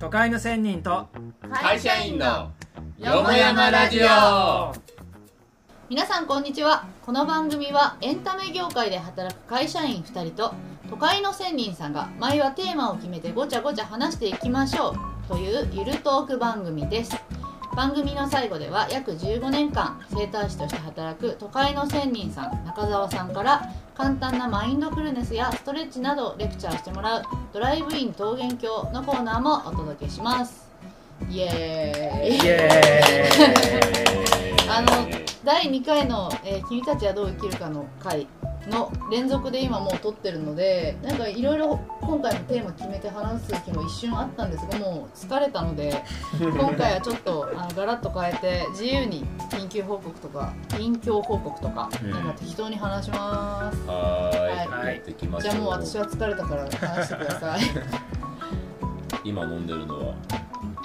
都会の仙人と会社員のよももややままララジジオオ皆さんこんにちはこの番組はエンタメ業界で働く会社員2人と都会の仙人さんが毎はテーマを決めてごちゃごちゃ話していきましょうというゆるトーク番組です番組の最後では約15年間整体師として働く都会の仙人さん中澤さんから簡単なマインドフルネスやストレッチなどレクチャーしてもらうドライブイン桃源郷のコーナーもお届けしますイエーイイエーイあの第2回の、えー君たちはどう生きるか」の回の連続で今もう撮ってるのでなんかいろいろ今回のテーマ決めて話す気も一瞬あったんですがもう疲れたの で今回はちょっとあのガラッと変えて自由に緊急報告とか近況報告とか,、うんなんか適当に話しますはー、はいいやってきましじょゃあもう私は疲れたから話してくだ さい今飲んでるのは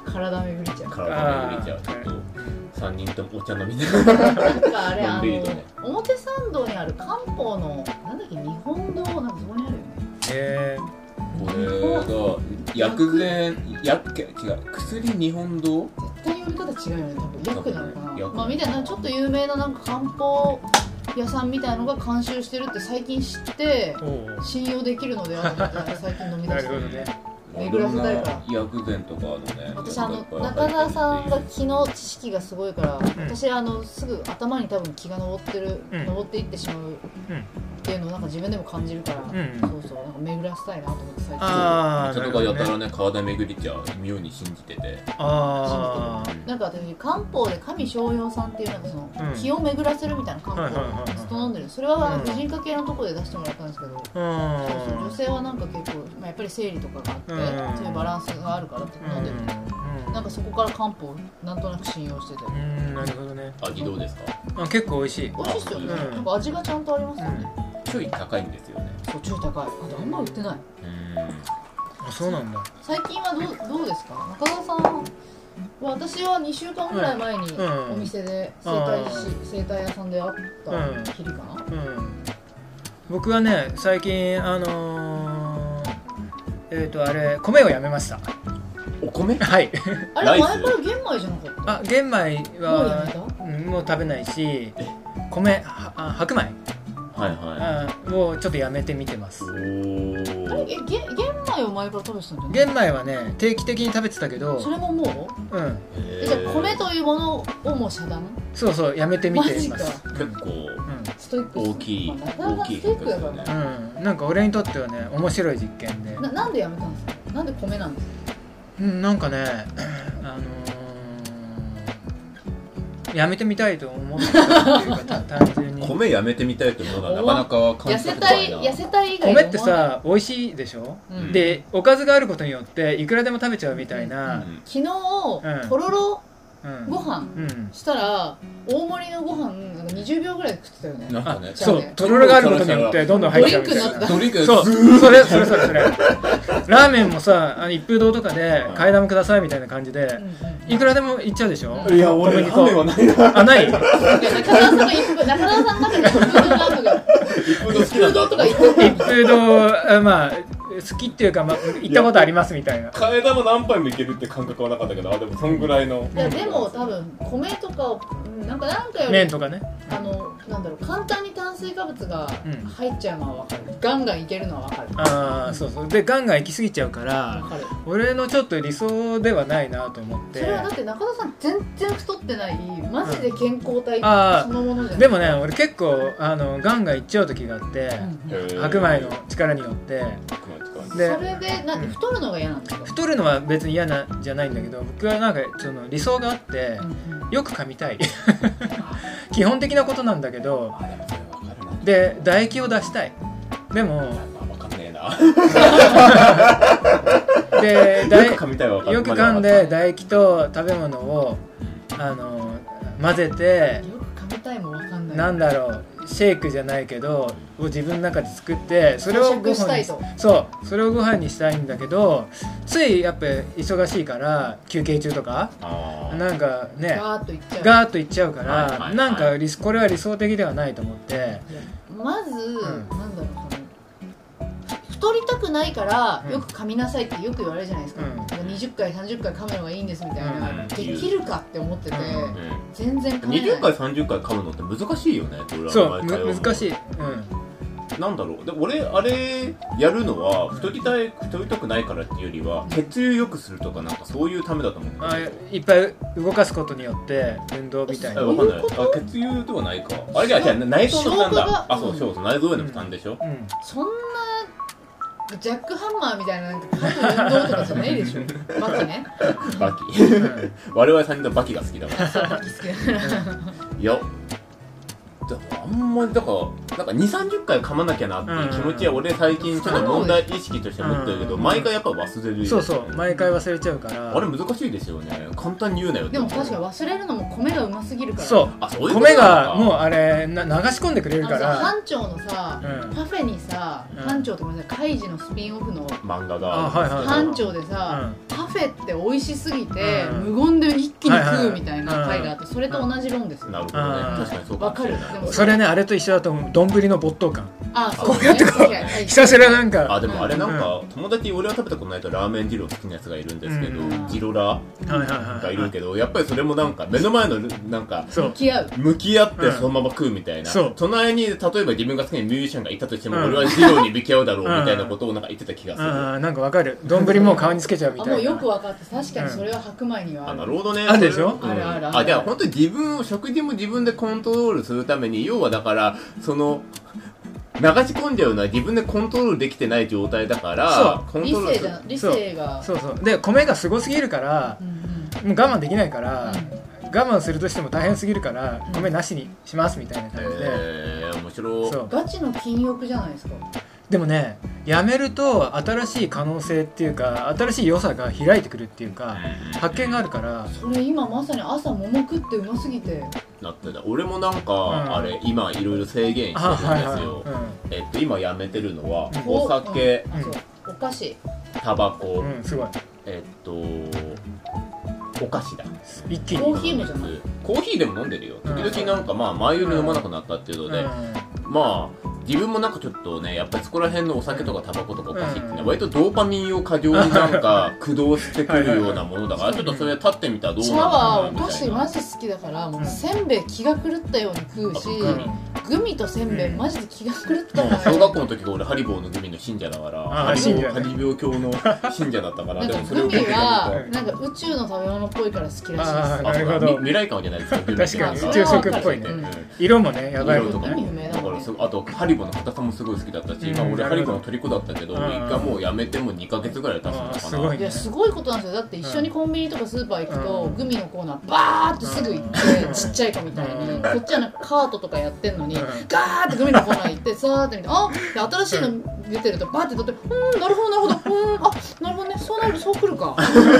体めぐりちゃう体のゆりちゃんちょっとあ3人ともお茶飲みながならんかあれあのんびりとねの表参道にある漢方のなんだっけ日本堂なんかそこにあるよねえこれが薬膳薬違う薬日本堂絶対読み方違うよね多分薬なのかな薬まあみたいなちょっと有名ななんか漢方屋さんみたいのが監修してるって最近知ってー、おー信用できるのではと思って最近飲みな出るしほたどねいくらもらえるか薬膳とかのね私あの中澤さんが気の知識がすごいかんら、私あのすぐ頭に多分気が上ってる、うん上っていってしまうっていうのをなんか自分でも感じるから、んそうそうなんか巡らせたいなと思って最近あーちょっとかやたらね体めぐりちゃん妙に信じててあーなんか私漢方で神逍遥さんっていうなんかその、うん気を巡らせるみたいな漢はいはい方はいはいずっと飲んでるそれはうん婦人科系のとこで出してもらったんですけど、うそうそう女ん性はなんか結構、まあ、やっぱり生理とかがあって、うんそういうバランスがあるからって飲んでる、うんなんかそこから漢方をなんとなく信用しててうんなるほどね味どうですかあ結構美味しい美味しいっすよね、うんなんか味がちゃんとありますよね、ちょい高いんですよねそう中高いあとあんま売ってないあそうなんだ最近はどうどうですか中澤さんは私は2週間ぐらい前にうんお店で整体師、う整体屋さんで会ったきりかな、うん僕はね最近あのー、えっ、ー、とあれ米をやめましたお米はいあれライ前スから玄米じゃなかった あ玄米もうやめたはうんもう食べないし米はあ白米はいはあをちょっとやめてみてますいおあれえげ玄米を前から食べてたんじゃない玄米はね定期的に食べてたけどそれももううんえじゃあ米というものをもう遮断そうそうやめてみマてジまかす結構ストイックっすね大きいまあなかなか大きいストイックだからですうよねん、うん、なんか俺にとってはね面白い実験でななんでやめたんですかなんで米なんですかうんなんかねあのー、やめてみたいと思ったっていうか た単純に米やめてみたいというものはなかなか感痩じせたことたないいな痩せたい以外米って思わないさ美味しいでしょ、うんでおかずがあることによっていくらでも食べちゃうみたいな、昨う日んとろろうんご飯うんしたら大盛りのご飯なんか20秒ぐらいで食ってたよねなんかあねそうとろろがあることによってどんどん入っちゃうみたいドリンクにななったドリンクそうずそれそれそれそれラーメンもさあの一風堂とかでうん替え玉くださいみたいな感じでうんうんいくらでもいっちゃうでしょいや俺ラーメンはないなあないいや中澤さんが一服中澤さんの中で一服なんとか一風堂一好きな服んだ堂とか一服一風堂あまあ好きっていうか、まあ、行ったことありますみたいな替え玉何杯もいけるって感覚はなかったけどあでもそんぐらいのいやでも多分米とかをうんなんかなんかよ麺りとかねあのなんだろう簡単に炭水化物がうん入っちゃうのは分かるガンガンいけるのは分かるああそうそうでガンガン行き過ぎちゃうから分かる俺のちょっと理想ではないなと思っそてれはだって中田さん全然太ってないマジで健康体あーそのものじゃないでもね俺結構あのガンガン行っちゃう時があって、うん白米の力によって白米とかでそれでなんでうん太るのが嫌なんですか太るのは別に嫌なじゃないんだけど僕はなんかその理想があってよく噛みたい基本的なことなんだけどあでもそれ分かるなで唾液を出したいでもまあ分かんねえなで唾よく噛みたいわよく噛んで唾液と食べ物をあの混ぜてよく噛みたいも分かんないなんだろうシェイクじゃないけどを自分の中で作ってそれをご咀嚼した飯いにとそうそれをご飯にしたいんだけどついやっぱ忙しいから休憩中とかあーなんかねガーッといっちゃうガーッといっちゃうから、はいはいはいなんか理これは理想的ではないと思ってまず、んなんだろうその太りたくないからうんよく噛みなさいってよく言われるじゃないですか、うん20回30回噛むのがいいんですみたいな、うんできるかって思ってて、うん全然噛めない20回30回噛むのって難しいよね俺らそう毎回思む難しい、うん、なんだろうで俺あれやるのは太りたい太りたくないからっていうよりは血流良くするとかなんかそういうためだと思うんだあけどいっぱい動かすことによって運動みたいあな、えうわんかんないあ血流ではないかあれじゃあじゃあ内臓の負消担化がだあそううんそうそう内臓への負担でしょそんなジャックハンマーみたいななんか書く運動とかじゃない でしょバキねバキ うん我々3人のバキが好きだからそうバキ好きだ からいやだからあんまりだからなんか2 3 0回噛まなきゃなっていう気持ちは俺最近ちょっと問題意識として持ってるけどうん毎回やっぱ忘 れるよねそうそう毎回忘れちゃうからあれ難しいですよね簡単に言うなよってでも確かに忘れるのも米がうますぎるからそうあそういうこと米がもううあれな流し込んでくれあるのかさら班長のさ、うんパフェにさうん班長とごめんなさいカイジのスピンオフの漫画があはいはい班長でさ、パフェって美味しすぎて、うん無言で一気に食うはいはいはいみたいな回があってそれと同じ論ですよ、なるほあーどね確かにそうかもわかしれなるいでもそれねあれと一緒だと思う丼の没頭感あこうやってこうひたすらなんんかあでもあれなんか友達俺は食べたことないとラーメン二郎好きなやつがいるんですけどうんジロラはいはいはいがいるけどやっぱりそれもなんか目の前のなんかそう向き合う向き合ってそのまま食うみたいな、うんそう隣に例えば自分が好きなミュージシャンがいたとしても、うん俺は授業に向き合うだろううんみたいなことをなんか言ってた気がする、あーなんかわかる丼も顔につけちゃうみあたいなもうよく分かって確かにそれは白米にはああるなるほどねあるでしょうんあるあるあるあじゃあ本当に自分を食事も自分でコントロールするために要はだからその流し込んじゃうのは自分でコントロールできてない状態だからコン理トロール性するだ理性がそうそうで米がすごすぎるからうんうもんう我慢できないから、う我慢するとしても大変すぎるからうん米なしにしますみたいな感じで、えー、面白いそんうガチの禁欲じゃないですかでもねやめると新しい可能性っていうか新しい良さが開いてくるっていうか発見があるからそれ今まさに朝桃食ってうますぎてなってた俺もなんか、んあれ今いろいろ制限してるんあですよ、はいはい、うえっと今やめてるのはうんお酒うんあそうお菓子タバコ、ん、うん、すごいえっとお菓子だ一気コにーヒーもじゃないコーヒーでも飲んでるようん時々なんかまあ前より飲まなくなったっていうので、まあ自分もなんかちょっとねやっぱりそこら辺のお酒とかタバコとかお菓子ってね、うん割とドーパミンを過剰にな んか駆動してくるようなものだからはいはちょいっとそれ立ってみたらどうシャなのワかーおなみ菓た子いマなジで好きだからもううんせんべい気が狂ったように食うしあグミグミとせんべいうんマジで気が狂ったもうから小学校の時が俺ハリボーのグミの信者だからあハリボ信者ーハリ病教の信者だったから なんでかもそれグをミ聞いてみるとはなんか宇宙の食べ物っぽいから好きらしいですあーなるほどみ未来感じゃないですか確確かに宇宙食っぽいねうん色もねやばい色もとんかねも有名だだもかんねらすごいあとハリボの硬さもすごい好きだったし、うん今な俺ハるリほどボの虜だったけど、うん一回もうやめても2ヶ月ぐらい経つのかなあすごいいやすごいことなんですよだって一緒にコンビニとかスーパー行くと、うんグミのコーナーバーッとすぐ行って、うんちっちゃい子みたいに、うんこっちはなんかカートとかやってんのに、うんガーッてグミのコーナー行ってさーって見てあで新しいの出てるとバーって取ってうーんなるほどなるほどうーんあなるほどねそうなるそうくる か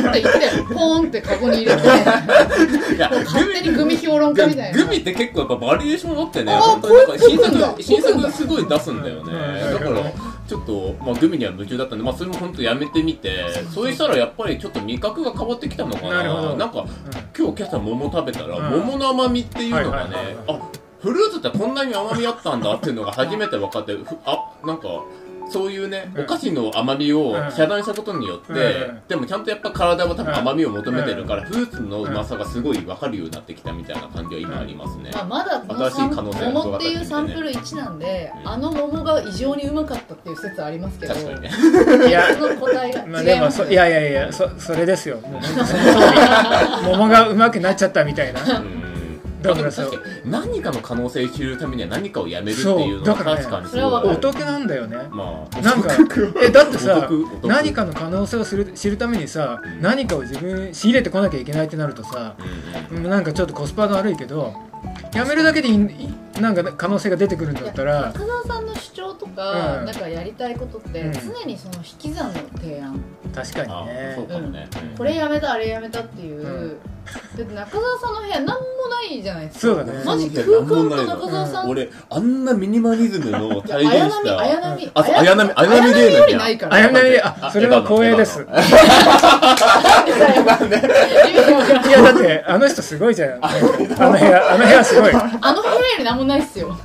って言ってポーンってカゴに入れていや勝手にグミ評論家みたいなグミって結構やっぱバリエーションあってねあー本当になんかこうい新うの作こ新ういうの作すごい出すんだよね、うんだからちょっと、まあ、グミには夢中だったんで、まあ、それも本当やめてみてそうしたらやっぱりちょっと味覚が変わってきたのかななるほどんか今日今朝桃食べたら、うん桃の甘みっていうのがね、はいはいはいはいあフルーツってこんなに甘みあったんだっていうのが初めて分かってふあなんかそういうね、うんお菓子の甘みをうん遮断したことによって、うんでもちゃんとやっぱ体は多分甘みを求めてるから、フルーツのうまさがすごい分かるようになってきたみたいな感じは今ありますね、まあ、まだこの新しい可能性が桃っていうサンプル1なんで、うんあの桃が異常にうまかったっていう説ありますけど確かにねいやその答えが違いままあす、でもそいやいやいやそそれですよもう本当その通 り桃がうまくなっちゃったみたいなうんだからさでも確かに何かの可能性を知るためには何かをやめるっていうそうのはだからね確かにそれはお分得なんだよねまあなんかえだっておさ得お得何かの可能性をする知るためにさうん何かを自分仕入れてこなきゃいけないってなるとさうんうんうんなんかちょっとコスパが悪いけどやめるだけでいいいなんか可能性が出てくるんだったら中澤さんの主張とか、うんなんかやりたいことって、うん常にその引き算の提案、確かにあねそうかもね、うんこれやめたあれやめたっていう、うんだって中澤さんの部屋なんもないじゃないですかそうだねマジ空間と中澤さん、い俺あんなミニマリズムのや体現し綾た波あそう綾波綾綾波波レイのよりないからあやめりあそれは光栄ですあなんでいやだってあの人すごいじゃんあの部屋あの部屋すごいあの部屋よりなんもないっすよ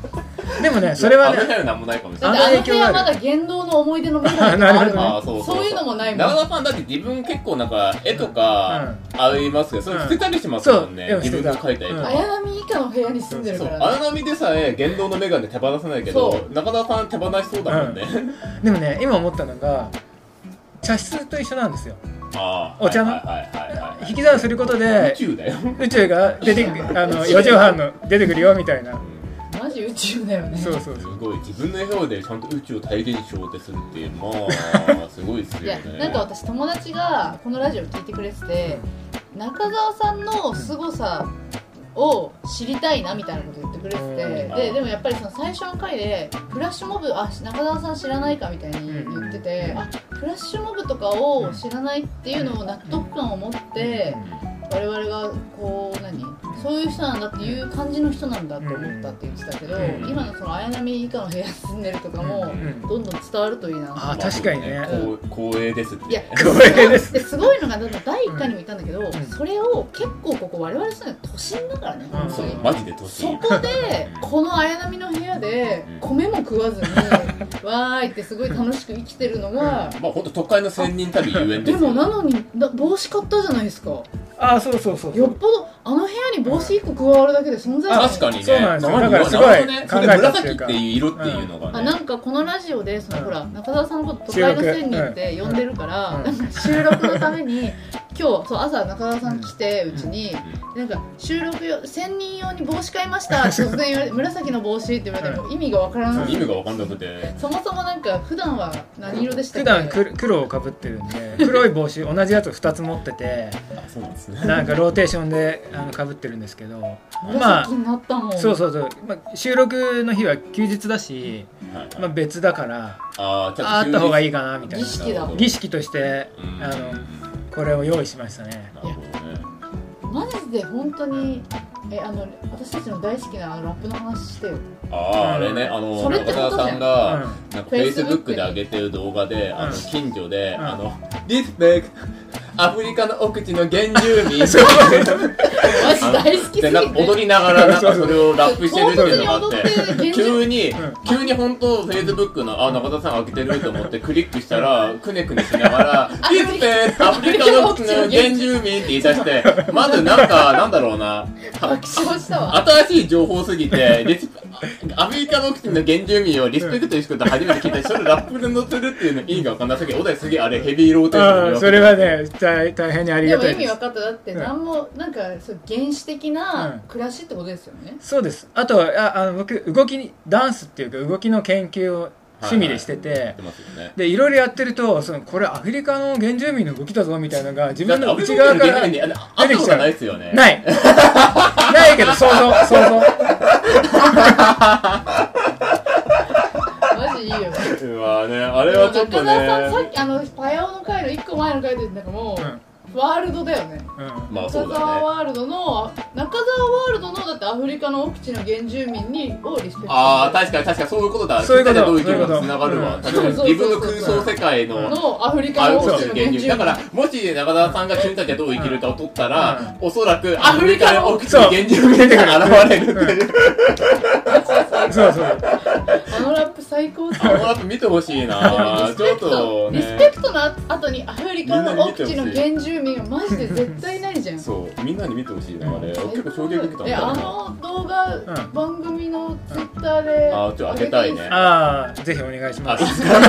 でもねそれはあの部ね屋は何もないかもしれだなあっいのて影響あの部があ屋るまだ言動の思い出の部屋とかあるかなるらほどねあそうそういうのもないもん長田さんだって自分結構なんか絵とかありますけど、それ捨てたりしますもんね、うんそう自分が描いた絵とうんか、綾波以下の部屋に住んでるそかうらね荒波でさえ言動の眼鏡手放さないけど中田さん手放しそうだもんね、でもね今思ったのが茶室と一緒なんですよああお茶のはいはいはいはいはい引き算すること宇で宙だよ、宇宙が出てくあ の4畳半の出てくるよみたいなマジ宇宙だよねそうそうすそうごい自分の絵表でちゃんと宇宙を体現しようってするってまあすごいですいよやねなんか私友達がこのラジオ聞いてくれてて中澤さんの凄さを知りたいなみたいなこと言ってくれてうんてででもやっぱりその最初の回でフラッシュモブあ中澤さん知らないかみたいに言っててあフラッシュモブとかを知らないっていうのを納得感を持って我々がこう何そういう人なんだっていう感じの人なんだと思ったって言ってたけどうん今のその綾波以下の部屋に住んでるとかもうんどんどん伝わるといいなあ確かにねまあこう光栄ですっていや 光栄ですすごいのがだって第1回にも言ったんだけど、んそれを結構ここ我々住んでる都心だからね、うん本当そうに。マジで年そいいこでこの綾波の部屋でうん米も食わ ずにわーいってすごい楽しく生きてるのがまあ本当都会の千人旅ゆえんでですよもなのにな帽子買ったじゃないですかよっあそうそうそうそうぽどあの部屋に帽子1個加わるだけで存在感確かにねそうなんですよだ生にからすごい生にねそれ考えたって紫いっうかていう色っていうのがね、あなんかこのラジオでその、うんほら中澤さんのこと都会の仙人って呼んでるから、うんなんか収録のために今日そう朝中澤さん来てうちに、なんか収録用仙人用に帽子買いましたって突然言われて紫の帽子って言われても意味がわからな意い味が分かんなくてそもそもなんか普段は何色でしたっ普け段く黒をかぶってるん で黒い帽子同じやつ2つ持っててあそうなんですねなんかローテーションであのかぶってるんですけどまあ紫になったもん、そうそうそう、まあ、収録の日は休日だし、はいはいまあ、別だからあーちょああった方がいいいかなみたいな儀式だ儀式としてうんあのこれを用意しましたね なるほどねマジで本当にえあの私たちの大好きなあのラップの話してよあああれねあのそれってこ中と田じゃんさんが、うんなんかフェイスブックで上げてる動画で、あのうん近所で、うんあの「リスペクトアフリカの奥地の原住 民」マジ大好きすぎでてなんか踊りながらなんかそれをラップしてるっていうのがあっ唐突に踊ってるて現実急に、うん急に本当フェイスブックの「あ中田さん開けてる」と思ってクリックしたらくねくねしながら「リスペクトアフリカの奥地の原住民」って言い出してまずなんかなんだろうな爆笑したわ新しい情報すぎて、リスアメリカの国の原住民をリスペクトしてくこと初めて聞いたし、それラップで乗せるっていうの意味が分かんなすぎて、お題すげえあれヘビーローテーションうんでそれはね大大変にありでがもた意いで味す分かっただってうん何もなんかそう原始的うなん暮らしってことですよね、そうですあとはああの僕動きにダンスっていうか動きの研究を趣味でしてて、やってますよね。でいろいろやってるとそのこれアフリカの原住民の動きだぞみたいなのが自分だのって内側かアらメリカの原住民にああったことないですよね。ない ないけど想像想像マジいいようわね、あれはちょっと中澤さんさねっ。きあのパヤオの回の1個前の回でなんかもう、ワールドだよねうん、うんまあ中そうだ澤ね。ワールドの中澤ワールドのだってアフリカの奥地の原住民にをリスペクトああ、確かに確かにそういうことだ。そういうことどういう気持ちがつながるうわ。ん確かにそうそうそうそう自分の空想世界ののアフリカあのの奥そう地の原原住民住だから、もし中澤さんが君たちはどう生きるかを取ったら、おそらくアアフフリリカカのの奥地に原住民が現れるっていう。そうそうあのラップ最高だあのラップ見てほしいなリスちょペっクトとリスペね。クトの後にアフリカの奥地の原住民がマジで絶対ないじゃんそう、みんなに見てほしいなあれ。結構衝撃受けたんだえよあな。の動画、ん番組のツイッターで、あちょっと開けたいねああぜひお願いしあまいいすっすか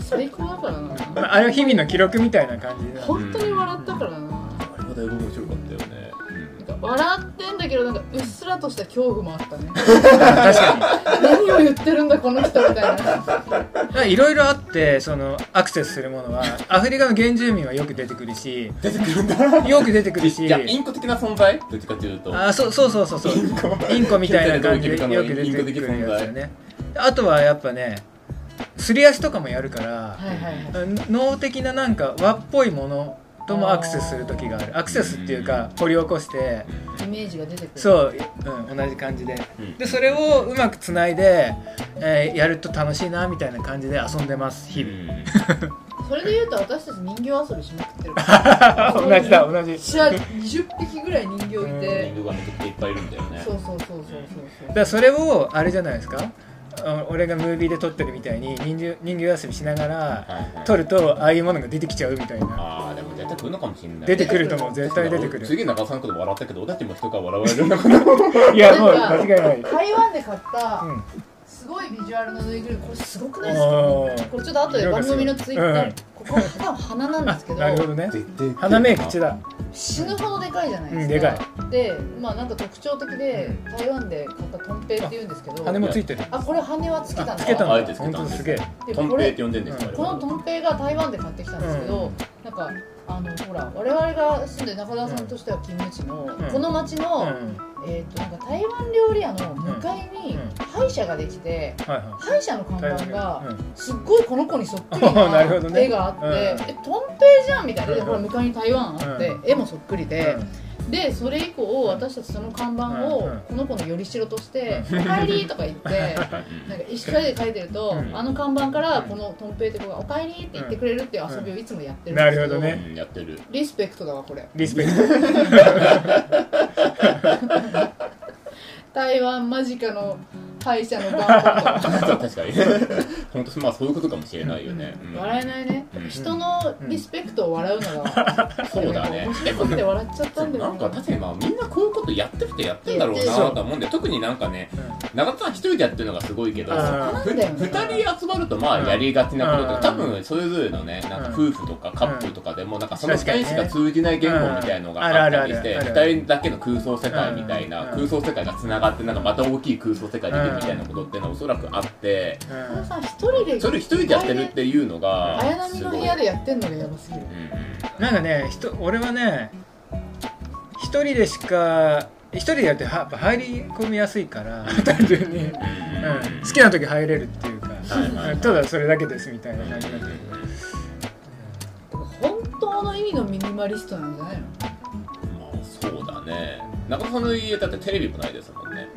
最高だからまなああれは日々の記録みたいな感じで本当に笑ったからななあれはだいぶ面白かったよね。うんんか笑ってんだけどなんかうっすらとした恐怖もあったね 確かに何を言ってるんだこの人みたいなまあいろいろあってそのアクセスするものはアフリカの原住民はよく出てくるし出てくるんだ。よく出てくるしじゃあ、インコ的な存在どっちかというと。あそうそうそうそうそうインコみたいな感じでよく出てくるやつよねあとはやっぱねすり足とかもやるからはいはいはい脳的ななんか和っぽいものともアクセスする時があるアクセスっていうか掘り起こしてイメージが出てくるそう、うん、同じ感じでうんでそれをうまくつないで、えーやると楽しいなみたいな感じで遊んでますう日々んそれで言うと私たち人形遊びしまくってるから 同じだ同じ私は20匹ぐらい人形いてリングがめくっていぱいいるんだよねそうそうそうそうそうだからそれをあれじゃないですかあ俺がムービーで撮ってるみたいに人形人形遊びしながらはいはい撮るとああいうものが出てきちゃうみたいなああでも絶対来るのかもしれない出てくると思う絶対出てくる次中田さんのこと笑ったけど俺たちも人から笑われるのかないやもう間違いないです台湾で買ったうんすごいビジュアルのぬいぐるみこれすごくないですかおーこれちょっと後で番組のツイッター、うんここ多分鼻なんですけどなるほどね絶対来るな鼻目口だ死ぬほどでかいじゃないですか、うんでかでまあなんか特徴的で台湾で買ったトンペイっていうんですけど羽もついてるあこれ羽はつけたんだつけたあのえてつ本けたんだ当すげえでトンこペイっれて呼んでんですか、このトンペイが台湾で買ってきたんですけど、なんかあのほら我々が住んでる中田さんとしては勤務地の、うんこの町の、うんえー、となんか台湾料理屋の向かいにうん歯医者ができてはいは歯医者の看い台板湾ががうんすっごいこの子にそっく なりるなほどね絵があって、うんえトンペイじゃんみたいなでほら向かいに台湾あって、う絵もそっくりでう、んでそれ以降私たちその看板をうんこの子のよりしろとして「うんおかえり」とか言って うんなんか石川で書いてると、うんあの看板からこのトンペイって子が「おかえり」って言ってくれるっていう遊びをいつもやってるんなですけど,、るほどねうんやって るリスペクトだわこれリスペクト台湾間近の歯医者の看板そう確かに本当まあそういうことかもしれないよね、うん笑えないね、うん人のリスペクトを笑うの が、そうだね面白くて笑っちゃったんだなよんねか確かにまあみんなこういうことやってる人やってんだろうなそうとは思うんで特になんかねう中田さん一人でやってるのがすごいけどうんふなんだよね二人集まるとまあやりがちなことうとん多分それぞれのねなんか夫婦とかカップルとかでもなんかその二人しか通じない言語みたいのがあったりしてうんあるあるあるあ二る人だけの空想世界みたいなうん空想世界がつながってなんかまた大きい空想世界できるみたいなことっていうのはおそらくあってこんれさ一人でそれ一人でやってるっていうのが綾波の部屋でやってんのがやばすぎるうんうんなんかね人俺はね一人でしか一人でやるとはやっぱ入り込みやすいから単純に、うん、好きな時入れるっていうか、いはいはいただそれだけですみたいな感じだけど、本当の意味のミニマリストなんじゃないのまあそうだね中田さんの家だってテレビもないですもんね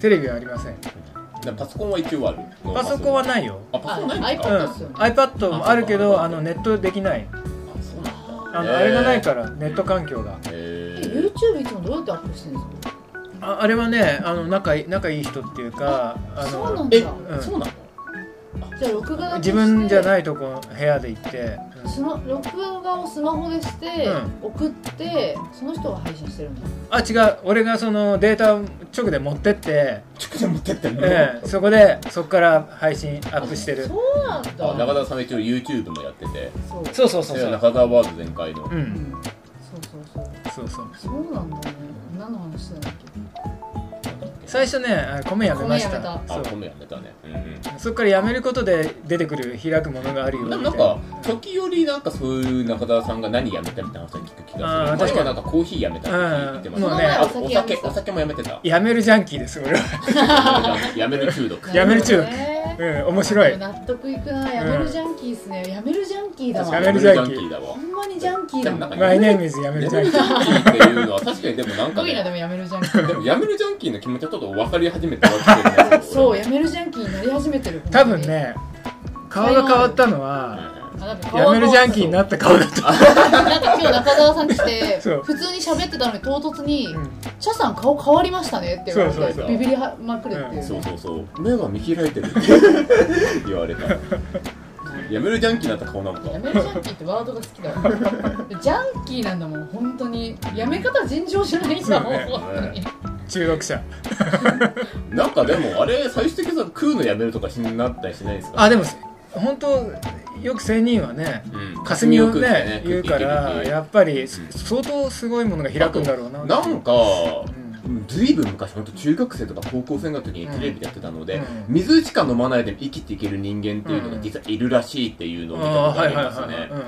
テレビはありませんでパソコンは一応あるパソコンはないよ、あパソコンないのうん、あか、iPad っすよね iPad もあるけどああそうかのネットできないあそうなんだあのあへーれがないからネット環境がへえ YouTube いつもどうやってアップしてるんですかああれはねあの仲いい仲いい人っていうかあのそうなんえ、だうんそうなのじゃあ録画だけして自分じゃないとこの部屋で行って、その録画をスマホでして、う送ってその人が配信してるんだあ違う俺がそのデータを直で持ってって直で持ってってんの、ええ、そこでそこから配信アップしてるそうなんだあ中田さんは一応 YouTube もやっててそそうう、うそうそうそう中田ワールド全開の、ううんん、そうそうそうそうそうそうなんだね何の話してたんだっ最初ねあ米やめました米やめそあう今度やめたねうんうんそこからやめることで出てくる開くものがあるよみでたいなもなんか時よりなんかそういう中田さんが何やめたみたいな話を聞く気がすあるー確か前にはなんかコーヒーやめたって言ってましたうんもうねねあお酒お酒やめたお酒もやめてたやめるジャンキーです俺 は、やめる中毒っけやめる中毒なほどねうん、面白い納得いくなやめるジャンキーっすね、やめるジャンキーだ確わかやめるジャンキーだわほんまにジャンキーだでもなんわかマイネームイズやめるやジャめンるキジーャンキーっていうのは確かにでもなんすかごいなでねもやめるジャンキー でもやめるジャンキーの気持ちはちょっと分かり始めたわけです よそうやめるジャンキーになり始めてる多分ね顔が変わったのはあなんか顔やがめるジャンキーになった顔だったなんか今日中澤さん来てそう普通に喋ってたのに唐突にうん「チャさん顔変わりましたね」って言われてそうそうそうビビりはまくるっていう、そうそうそう目が見開い てるって言われたやめるジャンキーになった顔なのかやめるジャンキーってワードが好きだわジャンキーなんだもん本当にやめ方尋常じゃないんだもん、そ本当に中毒者なんかでもあれ最終的にさ食うのやめるとかしになったりしないですかあでも本当よく仙人はねうん霞をね言う霞を食かってら食ってやっぱり相当すごいものが開くんだろうななんかうずいぶん昔本当中学生とか高校生の時にテレビでやってたので、うん水しか飲まないで生きていける人間っていうのが実はいるらしいっていうのを見たことあがあーりますね、うん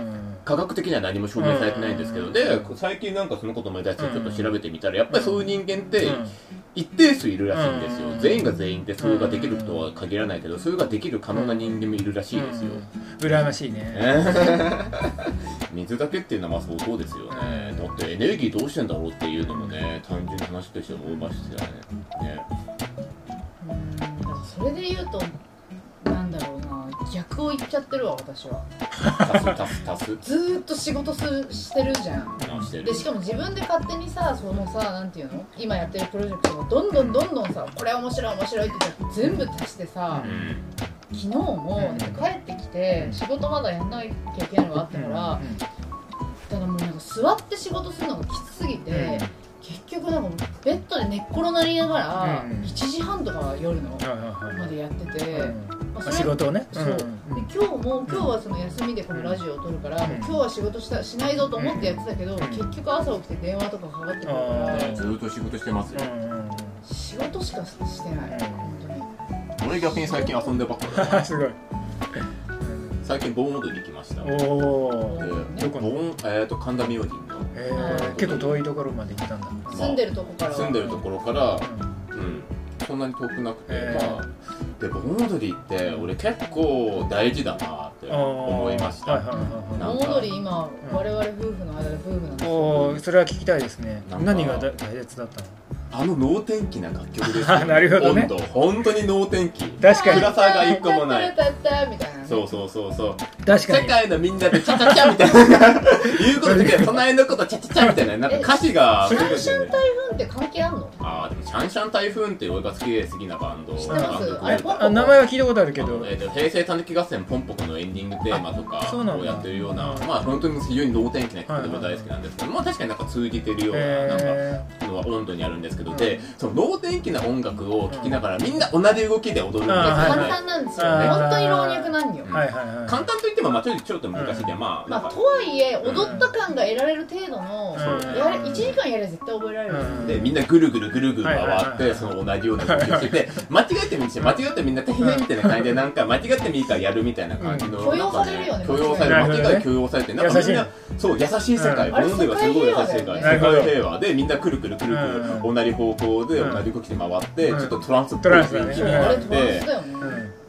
科学的には何も証明されてないんですけど、うんで最近なんかそのことも出してちょっと調べてみたらやっぱりそういう人間ってうん一定数いるらしいんですよ、うん全員が全員でそれができるとは限らないけどそれができる可能な人間もいるらしいですよ、うん羨ましいね水だけっていうのはまあ相当ですよね、だってエネルギーどうしてんだろうっていうのもね単純な話として思いましたよねねうんだからそれで言うとなんだろうな逆を言っちゃってるわ私は足す足す足すずーっと仕事するしてるじゃん直してるでしかも自分で勝手にさそのさなんていうの今やってるプロジェクトもどんどんどんどんさこれ面白い面白いって言って全部足してさうん昨日も帰ってきて仕事まだやんなきゃいけないのがあったからだからもうなんか座って仕事するのがきつすぎて、うん結局なんかベッドで寝っ転がりながらうん1時半とか夜のはいはいまはいでやってて、まあ、仕事をねそう、んで今日も今日はその休みでこのラジオを撮るから、うんもう今日は仕事したしないぞと思ってやってたけど、ん結局朝起きて電話とかかかってくるかあらーずーっと仕事してますようんうん仕事しかしてない、うん本俺逆に最近遊んでばっかうんすごい 最近盆踊り行きましたおでおーどこに盆えっと神田明神のえー結構遠いところまで行ったんだ当に住んでるとこからは住んでるところからうんうんそんなに遠くなくて、えーまあで盆踊りって俺結構大事だなってあー思いました、はいはいはいはいなん盆か踊り今、うん我々夫婦の間でブームなんですよおおそれは聞きたいですねなんか何が大大切だったのあの能天気な楽曲ですあ なるほどね温度本当に能天気確か暗にさが一個もない歌ったみたいなねそうそうそうそう確か世に界のみんなでチャチャチャみたいな言うことだけど隣のことチャチャチャみたいななんか歌詞がシ来ャるンんシだャよンね台風って関係あんのあーでもシャンシャン台風っていう俺が好きで好きなバンド知ってますバンドあれポンポコあ名前は聞いたことあるけあどのえーと平成たぬき合戦ポンポコのエンディングテーマとあそうなかんだをやってるようなうんまあ本当に非常に能天気な曲ではいはい大好きなんですけど、まあ確かになんか通じてるようえな,、なんかのは温度にあるんですけど、うんでその能天気な音楽を聴きながらみんな同じ動きで踊るんですよね、あはい簡単なんですよ、はい本当に老若男女、ーはいはいはい簡単といってもまあちょっとちょっと難しいで、まあなんまあ、かとはいえ踊った感が得られる程度うの、んやれ1時間やれば絶対覚えられる、うんでみんなぐるぐるぐるぐる回っはいはいはいてその同じような動きをしてて間違えてもいいし間違ってみんな大変みたいな感じでなんか間違ってもいいからやるみたいな感じのうん許容されるよね許容されるなるほどね間違い許容されてなんかみんなそう優しい世界うんこの世界はすごい優しい世界あれ世界平和だよね世界平和でみんなくるくるくるくうる同じ方向でうん同じ動きで回ってちうんょっとトランスっぽい雰囲気にあなれっ友達だてよね、うん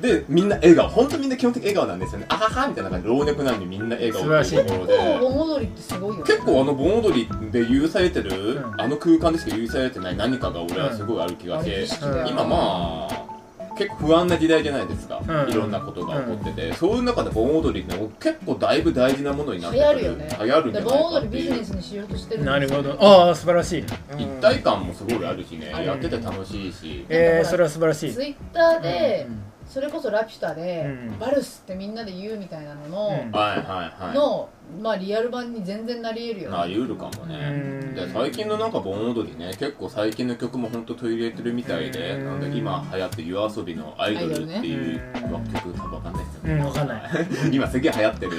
でみんな笑顔本当みんな基本的に笑顔なんですよねあははみたいな感じで老若男女みんな笑顔っていうところで。結構盆踊りってすごいよね結構あの盆踊りで許されてる、んあの空間でしか許されてない何かが俺はすごいある気があしてれ、不思議だよね今まあ結構不安な時代じゃないですか、うんいろんなことが起こってて、そういう中で盆踊りって結構だいぶ大事なものになって流行るよね流行るんじでゃない盆か踊っりてビいジネうスにしようとしてるんですなよるほどああ素晴らしい一体感もすごいあるしね、うんやってて楽しいし、えーそれは素晴らしいツイッターで、うんそれこそ「ラピュタで」うんバルス」ってみんなで言うみたいなのの、うんはいはいはの、まあ、リアル版に全然なり得るいよまあね言うるかもね、うんで最近のなんか盆踊りね結構最近の曲も本当取り入れてるみたいで、うんなんで今流行って夜遊びの「アイドル」っていう楽曲多分わかんないですよね、うんわかんない今すげえ流行っ てる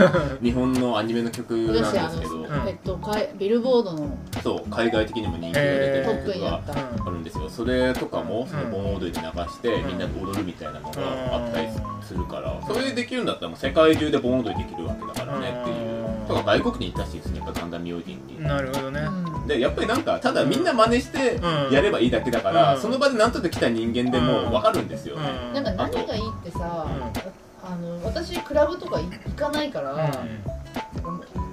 日本のアニメの曲なん私であすけど、うんの、えっと、かいビルボードのそう海外的にも人気が出てトるップ曲にながった、あるんですよそれとかもその盆踊りに流してうんみんなで踊るみたいなのがあったりするからそれできるんだったらもう世界中で盆踊りできるわけだからねってういんうとか外国に行ったしですねやっぱ神田明神にうん。なるほどねうんでやっぱりなんかただみんな真似してうんやればいいだけだから、うんその場でなんとなく来た人間でも分かるんですよね、うんなんかあと何がいいってさ、あの私クラブとか行かないから、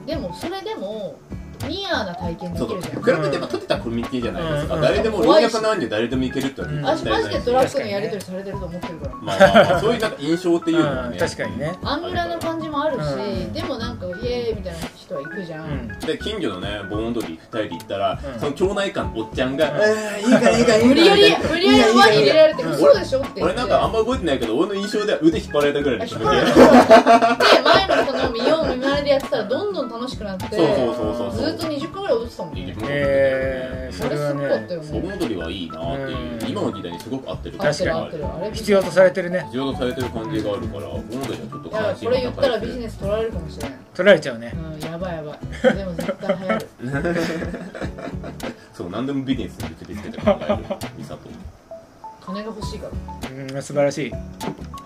でもそれでもニアな体験でそきるうじゃん比べてやっぱ取ってたコミュニティじゃないですか、うん誰でも老若男女誰でもいけるってわけうん絶私対なマいジしでドラッグのやり取りされてると思ってるからまあまあまあそういうなんか印象っていうのはうねん確かにねアングラの感じもあるし、うんでもなんかイエーイみたいな人は行くじゃん、で近所のね盆踊り2人で行ったら、うんその町内会のおっちゃんが「ううんん、えーいいからいいからいいから」無理やりみたいな無理やり輪に入れられてうん嘘でしょって言って俺なんかあんま覚えてないけど俺の印象では腕引っ張られたぐらいの引気っ持張ちられでてで前の子の見よう見まねでやってたらどんどん楽しくなってそうそうそうそうそうずっと20分ぐらい踊ってたもんねえーあそれれすはごかったねよ盆ね踊りはいいなっていう、うん今の時代にすごく合ってる確かに感合ってる合ってるあれ必要とされてるね必要とされてる感じがあるから盆踊りはちょっといや関こ心れ言ったらビジスネス取られるかもしれない取られちゃうねうんやばいやばいでも絶対流行るそう何でもビジネスに結びつけて考える美里金が欲しいかうん素晴らしい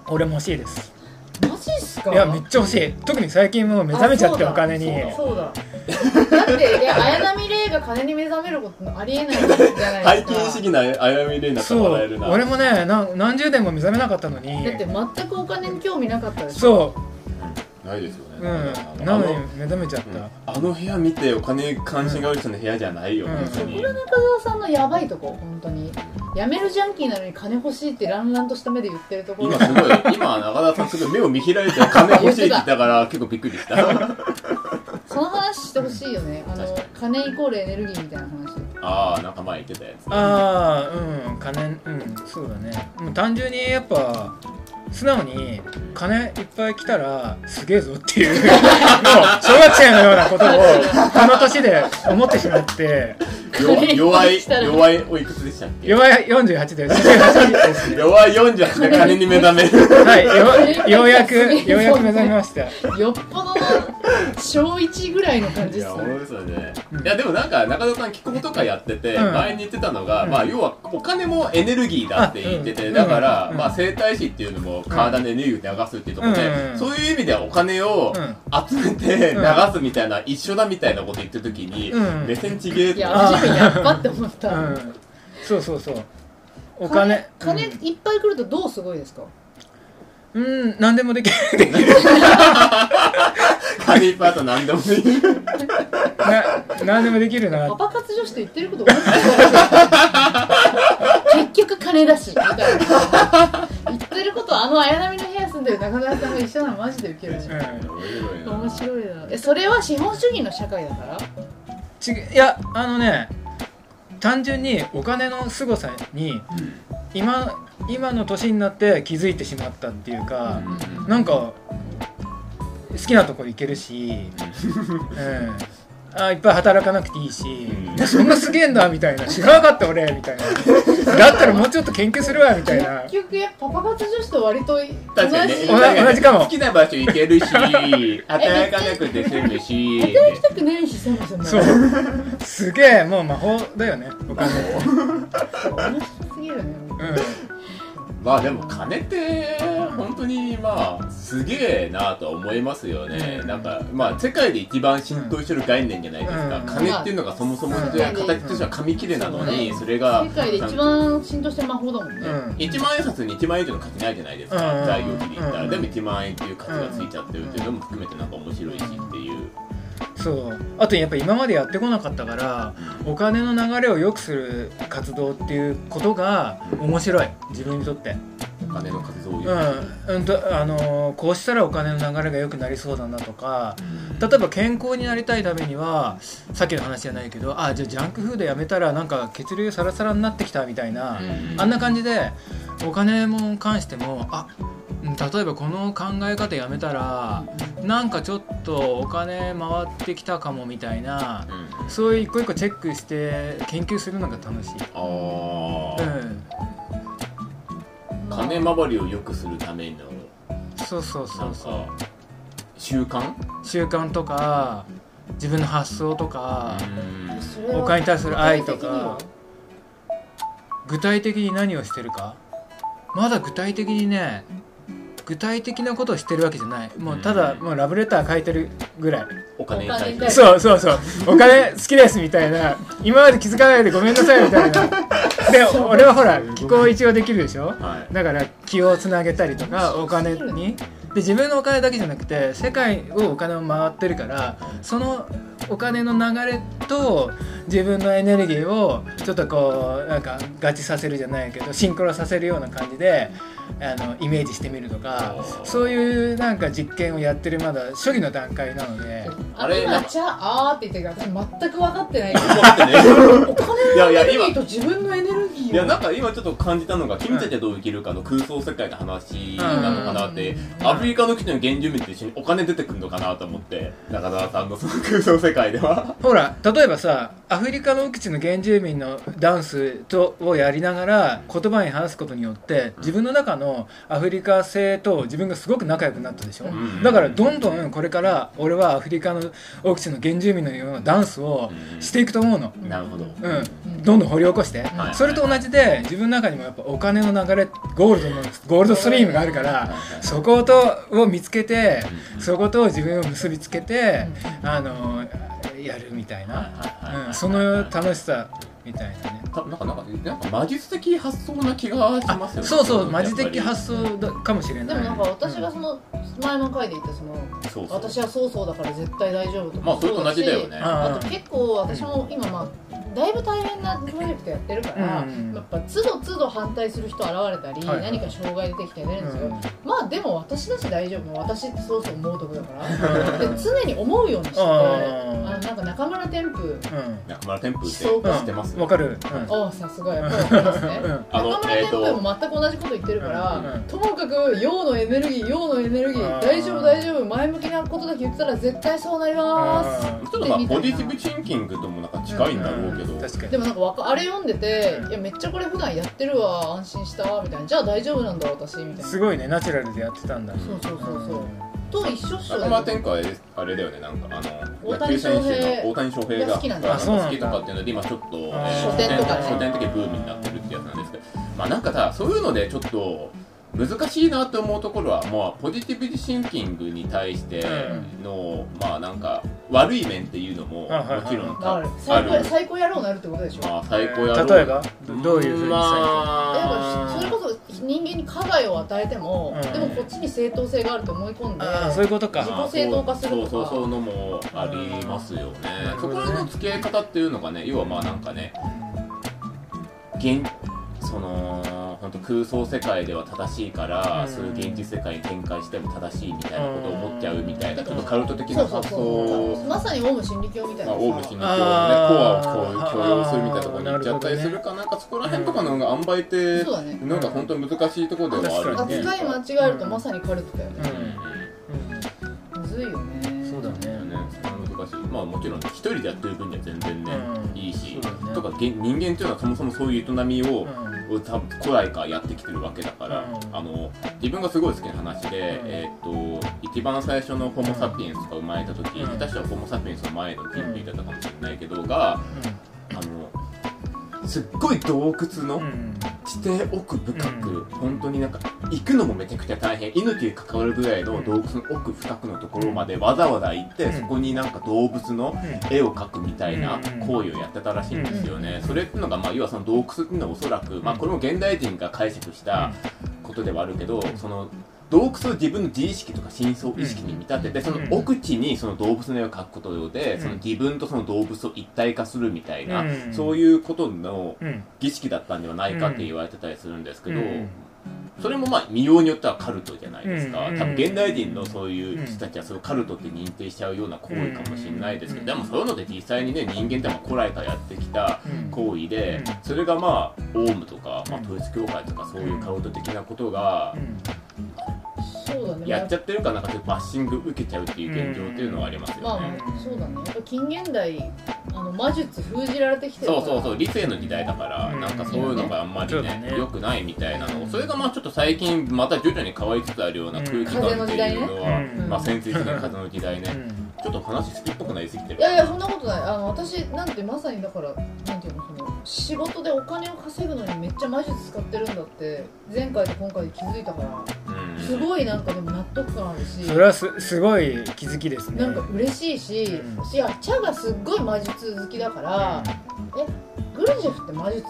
俺も欲しいですらマジっすかいやめっちゃ欲しい特に最近もう目覚めちゃってあお金にそうだだっていや綾波レイが金に目覚めることありえないじゃないですか背景主義なあやみれいなってそ笑えるうな俺もねな何十年も目覚めなかったのにだって全くお金に興味なかったでしょそないですよねうんあなののに目覚めちゃった、あの部屋見てお金関心がある人の部屋じゃないよ、うん別にこれ中澤さんのやばいとこ本当にやめるジャンキーなのに金欲しいってランランとした目で言ってるところ今すごい今中田さんすごい目を見開いて金欲しいって言ったから結構びっくりしたあその話してほしいよねあの確か金イコールエネルギーみたいな話あーなんか前言ってたやつああうん金うんそうだねもう単純にやっぱ素直に金いっぱい来たらすげえぞ っていうもう小学生のようなことをこの年で思ってしまって弱弱いしたら弱いおいくつでしたっけ弱い48で48ですね弱い48で金に目覚めるはいよようやくようやく目覚めましたよっぽどの小1ぐらいの感いじっやす本ね当ですよね、うんいやでもなんか中田さん帰国とかやってて、うん前に言ってたのが、うんまあ要はお金もエネルギーだって言ってて、あうんだから、うんまあ整体師っていうのも体にエネルギーを流すっていうところで、うんそういう意味ではお金をうん集めて流うんすみたいな、一緒だみたいなこと言ってる時に、うん目線ちげえっいてやあ私もやっぱって思った、うんそうそうそうお金金金いっぱい来るとどうすごいですかうん、うん、何でもできる金いっぱいあと何でもいいな 何でもできるなパパ活女子と言ってること同じだよ結局金だしみたいな言ってることあの綾波の部屋住んでる中澤さんが一緒なのマジでウケるじゃんうん面白いなえそれは資本主義の社会だからちげいやあのね単純にお金の凄さに今今の年になって気づいてしまったっていうか、なんか好きなとこ行けるし、うん、あいっぱい働かなくていいし、うんそんなすげえんだみたいな知らなかった俺みたいなだったらもうちょっと研究するわみたいな結局やっぱパパ活女子と割と同じ確かにね同じ確に同じかも好きな場所行けるし働かなくて済むし働きたくないしそもそもそうすげえもう魔法だよねお金、面白すぎるねうまあでも金って本当にまあすげえなとは思いますよね、うんなんかまあ世界で一番浸透してる概念じゃないですか、うん金っていうのがそもそもうん形としては紙切れなのに、うんそれが世界で一番浸透してる魔法だもんね、んうん1万円札に1万円というのは価値ないじゃないですうかん材料費で言ったら、うんでも1万円っていう価値がついちゃってるっていうのも含めてなんか面白いしっていうそうあとやっぱ今までやってこなかったからお金の流れを良くする活動っていうことが面白い自分にとってお金の活動をうん、うんとあのーこうしたらお金の流れが良くなりそうだなとか例えば健康になりたいためにはさっきの話じゃないけどあじゃあジャンクフードやめたらなんか血流サラサラになってきたみたいな、あんな感じでお金も関してもあうん例えばこの考え方やめたらなんかちょっとお金回ってきたかもみたいなうんそういう一個一個チェックして研究するのが楽しい、あうーん、金回りを良くするためのそうそうそなうんそうか習慣習慣とか自分の発想とかそれはお金に対する愛とか具体具体的的に何をしてるかまだ具体的にね具体的なことをしてるわけじゃないもうただうんもうラブレター書いてるぐ らいお金に対しお金に対てそうそうそうお金好きですみたいな今まで気づかないでごめんなさいみたいなで俺はほら気候一応できるでしょはいだから気をつなげたりとかお金にで自分のお金だけじゃなくて世界をお金を回ってるからそのお金の流れと自分のエネルギーをちょっとこうなんか合致させるじゃないけどシンクロさせるような感じであのイメージしてみるとかそういうなんか実験をやってるまだ初期の段階なので。ああれれ今「じゃあ」って言ってるから私全く分かってないけど待ってね お金いのエやネいやルギ今ーと自分のエネルギいやーをなんか今ちょっと感じたのが君たちはどう生きるかの空想世界の話なのかなってうんアフリカの基地の原住民と一緒にお金出てくるのかなと思って中澤さんのその空想世界ではほら例えばさアフリカの奥地の原住民のダンスとをやりながら言葉に話すことによって自分の中のアフリカ性と自分がすごく仲良くなったでしょ、んだからどんどんこれから俺はアフリカの奥地の原住民のようなダンスをしていくと思うの、なるほどうん、どんどん掘り起こして、はいそれと同じで自分の中にもやっぱお金の流れゴールドのゴールドストリームがあるからそことを見つけてそことを自分を結びつけてあのやるみたいな、うん、その楽しさみたいなねたなんかなんかなんか魔術的発想な気がしますよねそうそうマジやっぱり的発想だかもしれでないもなんか私がその前の回で言ったそのそうそう私はそうそうだから絶対大丈夫とかまあそれと同じだよねああと結構私も今まあだいぶ大変なプロジェクトやってるから、うんやっぱ都度都度反対する人現れたり、はいはい何か障害出てきたり出るんですよ、うんまあでも私だし大丈夫私ってそうそう猛毒だからうでん常に思うようにしててああーのなんか中村天風中村天風ってそううん知ってますわかるああさすがやっぱりわかりますねうんうんあの中村え天っと風も全く同じこと言ってるから、うんうんともかく陽のエネルギー陽のエネルギーあー大丈夫大丈夫前向きなことだけ言ってたら絶対そうなりますあちょっとまあポジティブシンキングともなんか近いんだろうけど、確かにでもなんかわかあれ読んでて、うんいやめっちゃこれ普段やってるわ安心したみたいなじゃあ大丈夫なんだ私みたいなすごいねナチュラルでやってたんだそうそうそうそうと一緒っしょ中村天風はあれだよねなんかあの大野谷球翔平選手の大谷翔平がが好きなんだがあそうなんだ好きとかっていうので今ちょっと、えあーー書店とかね書店的にブームになってるってやつなんですけどまあなんかさそういうのでちょっと難しいなって思うところはもうポジティブシンキングに対しての、まあなんか悪い面っていうのももあはいはいちろんたあるあ最る高や最高野郎になるってことでしょ、まあ最高やろう例えばどどういうふうにしただからそれこそ人間に加害を与えても、うんでもこっちに正当性があると思い込んでいああそういうことまかあ自己正当化するとかそうそうそうのもありますよねうんそこらの付き合い方っていうのがね要はまあなんかね現その本当空想世界では正しいから、うんそういう現実世界に展開しても正しいみたいなことを思っちゃうみたいな、うんちょっとカルト的そなうそう発想そうを、まさにオウム真理教みたいまなさあ、オウム真理教ねコアあーをこう許容するみたいなところに行っちゃったりするかなんかそこら辺とかのが塩梅って、そうだねなんか本当に難しいところではあるって扱いうい間か。違えるとまさにカルトだよね、うむずいよねうんそうだんねね、それは難しいまあもちろんね一人でやってる分には全然ね、うんいいし、そうだねとかげ人間っていうのはそもそもそういう営みを、うん多分古来からやってきてるわけだから、うんあの自分がすごい好きな話で、えーっと一番最初のホモ・サピエンスが生まれた時、うん下手したらホモ・サピエンスの前の人類だったかもしれないけどが、あのすっごい洞窟うのん地底奥深く、う本当になんか行くのもめちゃくちゃ大変命に関わるぐらいの洞窟の奥深くのところまでわざわざ行って、うんそこになんか動物うのん絵を描くみたいなうん行為をやってたらしいんですよね、それっていうのが、まあ、要はその洞窟っていうのはおそらく、まあ、これも現代人が解釈したことではあるけど、その洞窟を自分の自意識とか深層意識に見立てて、その奥地にその動物の絵を描くことで、うんその自分とその動物を一体化するみたいな、うんそういうことのうん儀式だったんではないかって言われてたりするんですけど、うんそれもまあ見ようによってはカルトじゃないですか、うん多分現代人のそういう人たちはそれをカルトって認定しちゃうような行為かもしれないですけど、うんでもそういうので実際にね人間ってまあ古来からやってきたうん行為で、うんそれがまあオウムとか、まあ、うん統一教会とかそういうカルト的なことがうんそうだねやっちゃってるからなんかそういうバッシング受けちゃうっていう現状っていうのはありますまよあね。うんそうだねやっぱ近現代あの魔術封じられてきてるかそらうそうそう理性の時代だから、うんなんかそういうのがあんまりそうだねね良くないみたいなのをそれがまあちょっと最近また徐々に変わりつつあるような空気感っていうのは、うんまあ潜水的な風の時代ね、うんちょっと話好きっぽくなりすぎてるいやいやそんなことないあの私なんてまさにだからなんていうのその仕事でお金を稼ぐのにめっちゃ魔術使ってるんだって前回と今回で気づいたからうんすごいなんかでも納得感あるしそれはすすごい気づきですねなんか嬉しいし、うんいやチャがすっごい魔術好きだから、グルジェフって魔術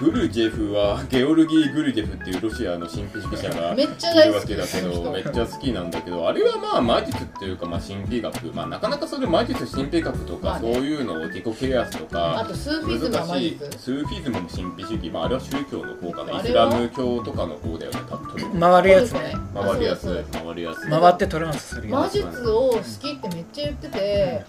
グルジェフはゲオルギー・グルジェフっていうロシアの神秘主義者がめっちゃ大好きいるわけだけそどのめっ人ちゃ好きなんだけどあれはまあ魔術っていうかまあ神秘学まあなかなかそれ魔術神秘学とまかあそねういうのを自己啓発とあかとスーフィズムは魔難しい術スーフィズムも神秘主義まああれは宗教の方かなあイスれはラム教とかの方だよね多分回るやつね回りやすそういです回りやすい回ってトランスする魔やつ術を好きってめっちゃ言ってて、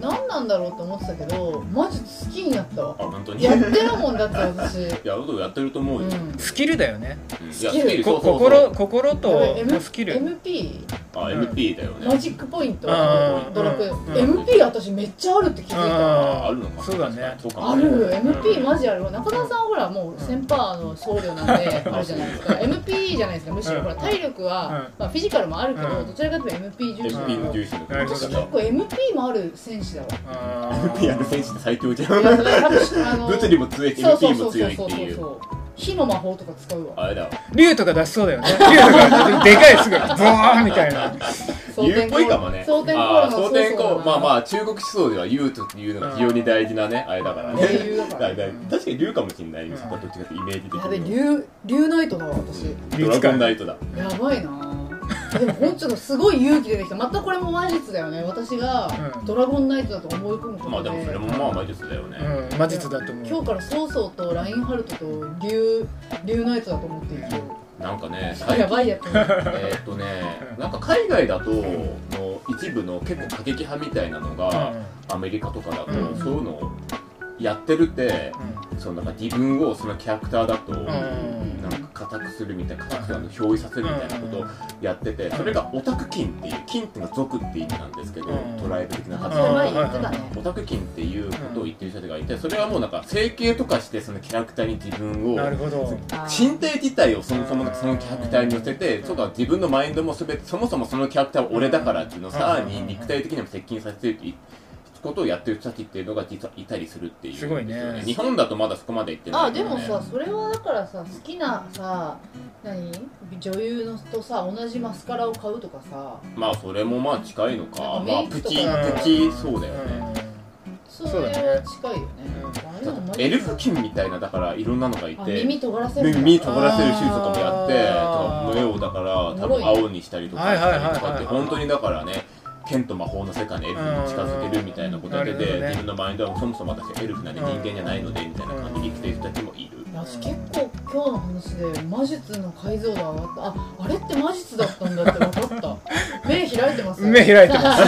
何なんだろうと思ってたけど魔術好きになった わあ本当にいややってるもんだって私僕やってると思ううよんスキルだよねうんいやスキルスキルそこうそうそう心心とやばいスキル MP あ MP だよねマジックポイントあードラクエうん MP 私めっちゃあるって気づいたあああるのかそうだねそうかもあるう MP んマジある中田さんほらもう1000パーの僧侶なんであるじゃないですか MP じゃないですかむしろほらうん体力はうんまあフィジカルもあるけどうんどちらかというと MP 重視 MP の重視のなるほ私ど結構 MP もある選手だわあー MP やる選手って最強じゃいやんそれ多分あの物理も強いし MP も強いっていうう火の魔法とか使うわあれだわ竜とか出しそうだよね竜とかでかいすぐボーンみたいな竜っぽいかもね蒼天コーあルーの蒼天そうそうだコなまあまあ中国思想では竜というのが非常に大事なねあれだからね英雄だからだから確かに竜かもしれないそこはどっちかってイメージ的やべに竜竜ナイトだわ私ドラゴンナイトだやばいなぁでも本当にすごい勇気出てきたまたこれも魔術だよね私がうんドラゴンナイトだと思い込むこまあとでで、もそれもまあ魔術だよね、うん、魔術だと思今う日から曹操とラインハルトと竜竜ナイトだと思っているなんかね最 や近ばいやつねえーっとねうんなんか海外だとの一部の結構過激派みたいなのが、うんアメリカとかだと、うんそういうのをやってるってそのなんか自分をそのキャラクターだと、うんなんか固くするみたいな固くあの憑依させるみたいなことをやっててそれがオタク金っていう金っていうのは族って意味なんですけど、うんトライブ的なあ発この前言うん言ってたねオタク金っていうことを言ってる人がいてそれはもうなんか整形とかしてそのキャラクターに自分なるをほど身体自体をそもそもそのキャラクターに寄せてとか自分のマインドも全てそもそもそのキャラクターは俺だからっていうのをさらに肉体的にも接近させてるっていうことをやってる人たちっていうのが実はいたりするっていうすごいね日本だとまだそこまでいってなあいけでどねもさそれはだからさ好きなさ何女優のとさ同じマスカラを買うとかさまあそれもまあ近いのか、まなあんかメイプクとチかプチそうだよね、それは近いよねあれはマジエルフ菌みたいなだからいろんなのがいあて耳尖らせるんだ耳尖らせる手術とかもやってあー目をだから多分青にしたりとかはいはいはいはいとかって本当にだからね剣と魔法の世界にエルフに近づけるみたいなことやってなるて、ほどね自分のマインドはそもそも私エルフなんで人間じゃないのでみたいな感じで生きてる人たちもいる、いや私結構今日の話で魔術の解像度上がったああれって魔術だったんだって分 かった目開いてます目開いてます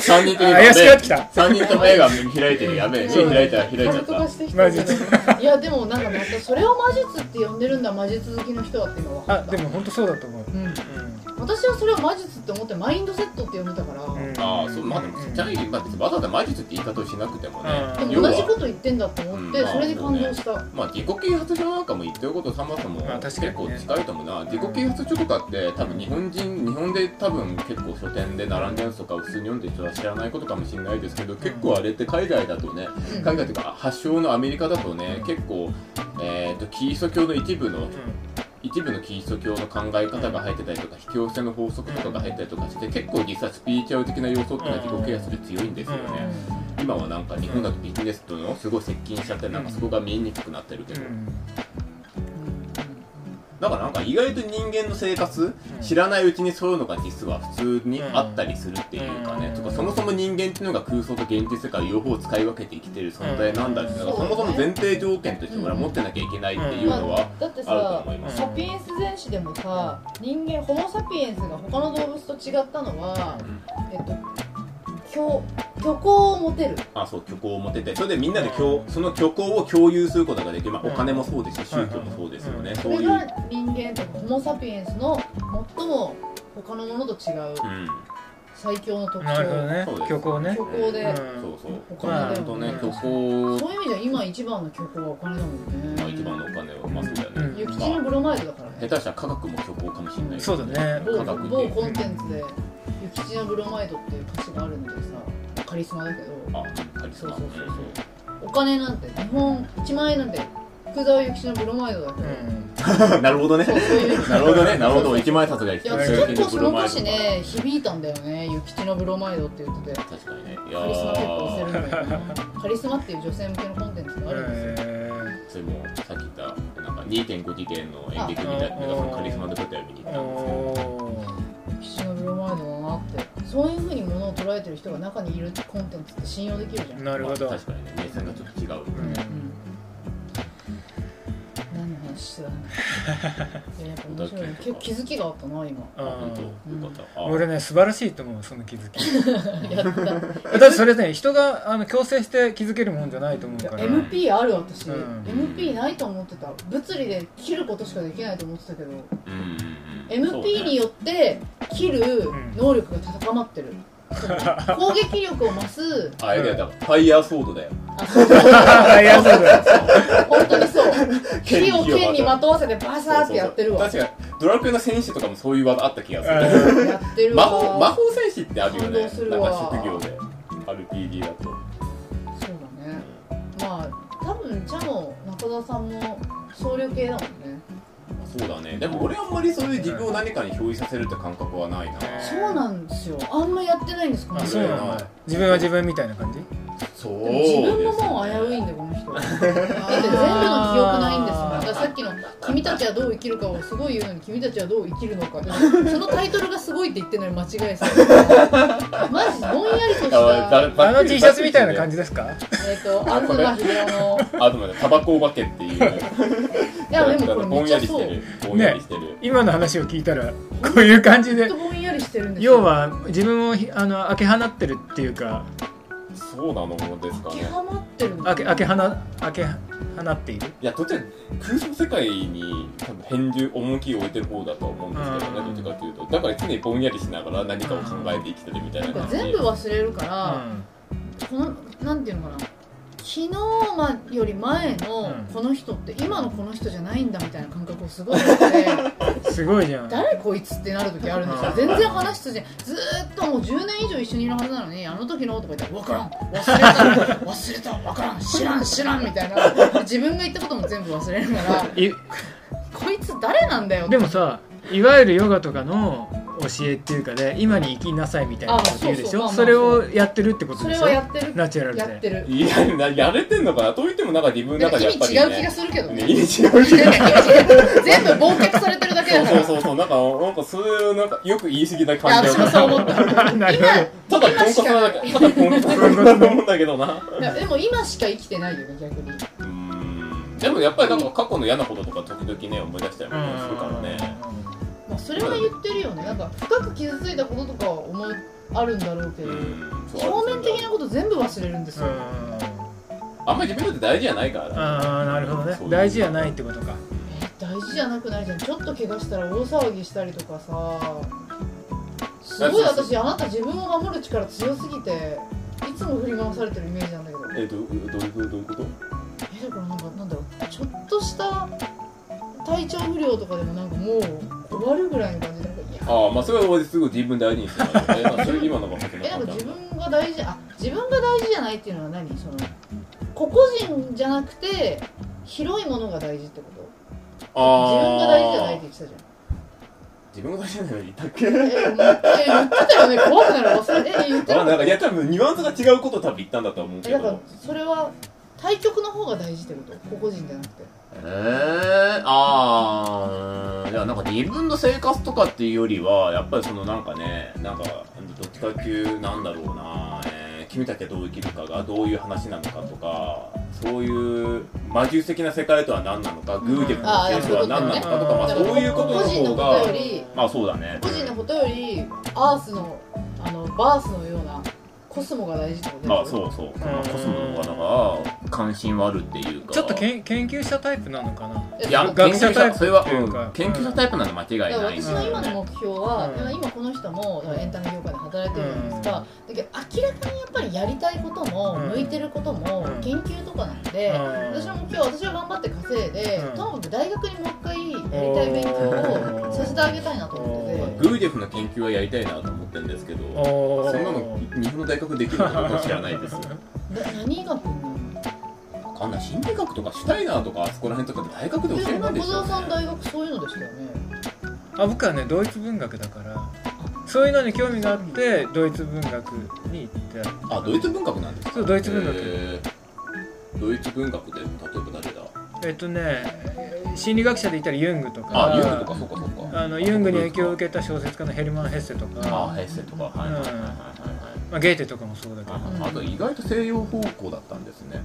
三人ともあ怪しくなってきた三人とも目が開いてるやべえ目開いたら開いちゃっとかしてきたたけどいやでもなんかまたそれを魔術って呼んでるんだ魔術好きの人はっていうのは分かあったでも本当そうだと思う、うん、う私はそれを魔術って思ってマインドセットって呼んでたから、んたああそうまあでもチャイリーまあ別にわざわざ魔術って言い方をしなくてもね、うんで要も同じこはと言ってんだと思って、うんそれで感動した、まあ、自己啓発書なんかも言ってることそもそもまあ結確かにね構近いと思うな、自己啓発書とかって多分日本人日本で多分結構書店で並んでるやつとか普通に読んでる人は知らないことかもしれないですけど結構あれって海外だとねうん海外というか発祥のアメリカだとねうん結構、えー、とキリスト教の一部の一部のキリスト教の考え方が入ってたりとか引き寄せの法則とかが入ったりとかして結構実はスピリチュアル的な要素っていうのは自己啓発で強いんですよね。うん今はなんか日本だとビジネスとのすごい接近しちゃってなんかそこが見えにくくなってるけど、だからなんか意外と人間の生活、うん知らないうちにそういうのが実は普通にあったりするっていうかね、うんとかそもそも人間っていうのが空想と現実世界を両方使い分けて生きてる存在なんだっていうのが、うんそもそも前提条件として俺は持ってなきゃいけないっていうのはだってあるとさ思います、サピエンス全史でもさ人間ホモ・サピエンスが他の動物と違ったのは、えっと、虚虚構を持てるあそう虚構を持っててそれでみんなで共その虚構を共有することができる、まあ、お金もそうですし宗教もそうですよね、そそうれいう、が人間とかホモ・サピエンスの最も他のものと違ううん、最強の特徴なるほどね虚構ね虚構で、うんそうそうおお金だよね金とね虚構そういう意味では今一番の虚構はお金だもんねまあ、一番のお金はまあそうだよね、うん諭吉のブロマイドだから下ね手したら科学も虚構かもしれないけそどうだね某科学って某コンテンツで諭吉のブロマイドっていう価値があるのでさカリスマだけどあカリスマそうそうそうお金なんて日本1万円なんて福沢諭吉のブロマイドだけうど、んうんなるほどねそうそういうなるほどねなるほど一万円札が一いや番そう結構その歌詞ね響いたんだよね諭吉のブロマイドって言ってて確かにねいやカリスマ結構押ーせるんだよねカリスマっていう女性向けのコンテンツがあるんですよえそれもさっき言ったなんか2.5次元の演劇みたいなのがそのカリスマの舞台を見に行ーったんですけどおー諭吉のブロマイドだなってそういうふうにものを捉えてる人が中にいるコンテンツって信用できるじゃん、なるほどまあ確かにね目線がちょっと違ううん何の話してたのいややっぱ面白いね結構気づきがあったな今 あ本当ようんかったあ俺ね素晴らしいと思うその気づきやっただってそれね人があの強制して気づけるもんじゃないと思うい やから、 MP ある私、うん MP ないと思ってた物理で切ることしかできないと思ってたけどうんうんうんそう MP ねによって切るん能力が高 まってる、その攻撃力を増すあれだよだからファイヤーソードだよあそうあいやそうだよ本当にそう 火を剣に剣にまとわせてバサーってやってるわそうそうそう確かにドラクエの戦士とかもそういう技あった気がするやってる魔わ法魔法戦士ってあるよね感動するなんわか職業で RPG だとそうだねまあ多分ちゃも中澤さんも僧侶系だもんねそうだねでも俺あんまりそういう自分を何かに憑依させるって感覚はないなそうなんですよあんまやってないんですこのあ人そうなんだ自分は自分みたいな感じそうでも自分でもすねもう危ういんでこの人だってだ全部の記憶ないんですもんだよからさっきの君たちはどう生きるかをすごい言うのに君たちはどう生きるのか そのタイトルがすごいって言ってるのに間違えそうマジぼんやりとしたあの T シャツみたいな感じですかえっと東秀夫のあとまでタバコお化けっていういいやでもこれめぼっんちやゃりしそうてずるぼんやりしてる、今の話を聞いたらこういう感じっでとぼんやりしてるんですよ要は自分をひあの明け放ってるっていうかそうなのですか気ねはまってるんだ明け明け放明け放っているいや途中空想世界に多分変重重きを置いてる方だとは思うんですけどねうんどっちかっていうとだから常にぼんやりしながら何かを考えて生きてるみたいななんか感じ全部忘れるかうら、んこのなんていうのかな昨日まより前のうんこの人って今のこの人じゃないんだみたいな感覚をすごい持ってすごいじゃん誰こいつってなる時あるんですようん全然話通じないずーっともう10年以上一緒にいるはずなのにあの時のとか言って分からん忘れた忘れた分からん知らん知らんみたいな自分が言ったことも全部忘れるからいこいつ誰なんだよってでもさいわゆるヨガとかの教えっていうかで今に生きなさいみたいなこと言うでしょあそそうそうれまあまをあやってるってことそでれしはやょってるナチュラルやで ってるいやなやれてんのかなと言ってもなんか自分のなん中かで意やっぱ味違りう気がねするけどねね意味違う気全が部忘却されてるだけだかそうらそうそうなんかなんかそういうなんかよく言い過ぎないや感じ私もそう思ったなるほどただポンコツなだけただポンコツなだと思うんだけどないやでも今しか生きてないよね逆にうーんでもやっぱりなんか過去の嫌なこととか時々ね思い出したりうんもするからねまあそれは言ってるよねなんか深く傷ついたこととかは思いあるんだろうけどうんそう表面的なこと全部忘れるんですうよんあんまり自分だって大事じゃないからねああなるほどねそう大事じゃないってことか大事じゃなくないじゃんちょっと怪我したら大騒ぎしたりとかさすだごいそう私あなた自分を守る力強すぎていつも振り回されてるイメージなんだけどえどどういうことどういうことえだからなんかなんだろうちょっとした体調不良とかでもなんかもう終わるぐらいの感じでなんかいやああまあそれはすごい自分大事にしてたからねまあそれ今のが本当えなんかに自分が大事あ自分が大事じゃないっていうのは何その個々人じゃなくて広いものが大事ってこと自分が大事じゃないって言ってたじゃん自分が大事じゃないのいたっけえもうえ言ってたよね怖くなる忘れえ言ってまあるなんかいや多分ニュアンスが違うことを多分言ったんだとは思うえけだからどそれは対局の方が大事ってこと個々人じゃなくてえー、ああいやなんか自分の生活とかっていうよりはやっぱりそのなんかねなんかどっちかっていうなんだろうな、えー君たちはどう生きるかがどういう話なのかとかそういう魔術的な世界とは何なのか偶力のああ世界とは何なのかとか、まあ、そういうことねそういうこと個人のことの方がよりまあそうだね個人のことよりアースのあのバースのようなコスモが大事ってことあそうそう、まあ、コスモの方が関心はあるっていうかちょっとけん研究者タイプなのかなえいやそう学研者究タイ者プそれは、っていうかうん研究者タイプなの間違だいからない私の今の目標は、うん今この人もだからエンタメ業界で働いてるじゃないですか、だけど明らかにやっぱりやりたいことも、うん向いてることも、うん研究とかなんで、うん私の目標は私は頑張って稼いで、うんともかく大学にもう一回やりたい勉強をさせてあげたいなと思ってて、うんグーディフの研究はやりたいなと思ってるんですけどおそーんなの日本の大学できるのかどうか知らないです よな何学なのわかんない心理学とかシュタイナーとかあそこら辺とかって大学で教えでもないで中すよ、澤さんね、大学そういうのでしたよねあ僕はねドイツ文学だからそういうのに興味があってドイツ文学に行ってあドイツ文学なんですかそうドイツ文学へードイツ文学で例えば誰だえっとね心理学者で言ったらユングとかあユングとかそうかそうかあのユングに影響を受けた小説家のヘルマン・ヘッセとあか、ヘッセとかはいはいはいはいはいまあ、ゲーテとかもそうだけど、ああと意外と西洋方向だったんですね。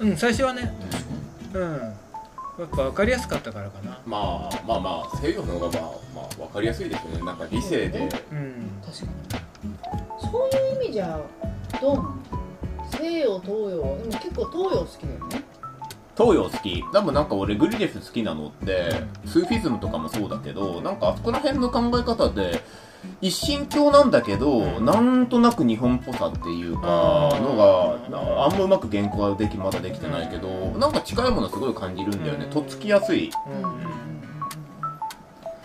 うん、最初はね、うん、やっぱ分かりやすかったからかな、まあまあまあ西洋の方がまあまあわかりやすいですよね。なんか理性でうん、確かにそういう意味じゃどうなの西洋東洋でも結構東洋好きだよね東洋好き。多分なんか俺グリレフ好きなのってスーフィズムとかもそうだけど、なんかあそこら辺の考え方で一神教なんだけど、うんなんとなく日本っぽさっていうかあーのがなあんまうまく原稿はできまだできてないけど、なんか近いものすごい感じるんだよね。うんとっつきやすい。うん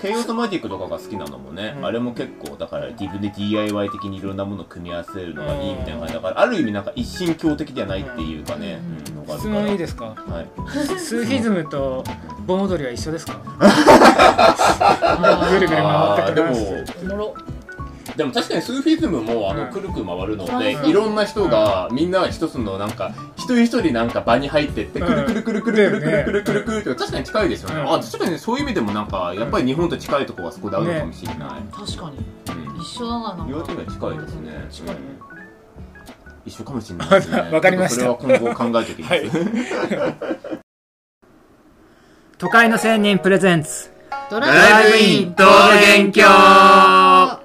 ケイオスマジックとかが好きなのもね、うんあれも結構だから自分で DIY 的にいろんなものを組み合わせるのがいいみたいな感じだからある意味なんか一神教的じゃないっていうかね、うんうんのがある質から問いいですかはい、スーフィズムと盆踊りは一緒ですかあーぐるぐる回ってくあーでるも話おもろでも確かにスーフィズムもあのうんくるくる回るのそうで、そういろんな人がみんな一つのなんか一人一人なんか場に入ってってうんくるくるくるくるくるくだよるねくるくるくるって確かに近いですよね、うんあ確かにそういう意味でもなんかやっぱり日本と近いとこはそこであるのかもしれない、確かにうん一緒だななんか両手が近いですね、近いねうん一緒かもしれないですねわかりましたちょっとそれは今後考えておきます、都会の仙人プレゼンツドドライブイン桃源郷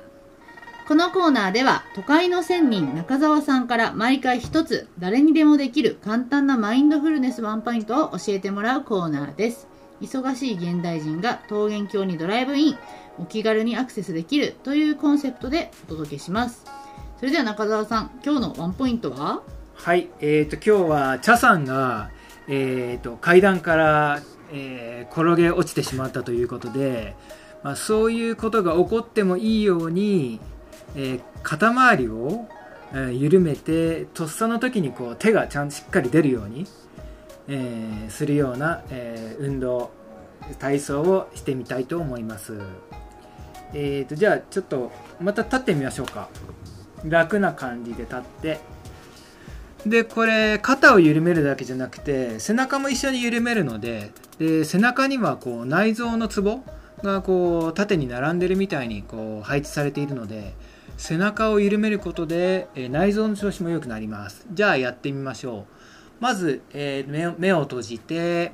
このコーナーでは都会の仙人中澤さんから毎回一つ誰にでもできる簡単なマインドフルネスワンポイントを教えてもらうコーナーです忙しい現代人が桃源郷にドライブインお気軽にアクセスできるというコンセプトでお届けしますそれでは中澤さん今日のワンポイントははい、えー、と今日は茶さんが、えー、と階段から、えー転げ落ちてしまったということで、まあ、そういうことが起こってもいいように、えー肩周りを、えー緩めてとっさの時にこう手がちゃんとしっかり出るように、えーするような、えー運動体操をしてみたいと思います、えー、とじゃあちょっとまた立ってみましょうか楽な感じで立ってでこれ肩を緩めるだけじゃなくて背中も一緒に緩めるのでで背中にはこう内臓のツボがこう縦に並んでるみたいにこう配置されているので背中を緩めることで、えー内臓の調子も良くなりますじゃあやってみましょうまず、えー目を目を閉じて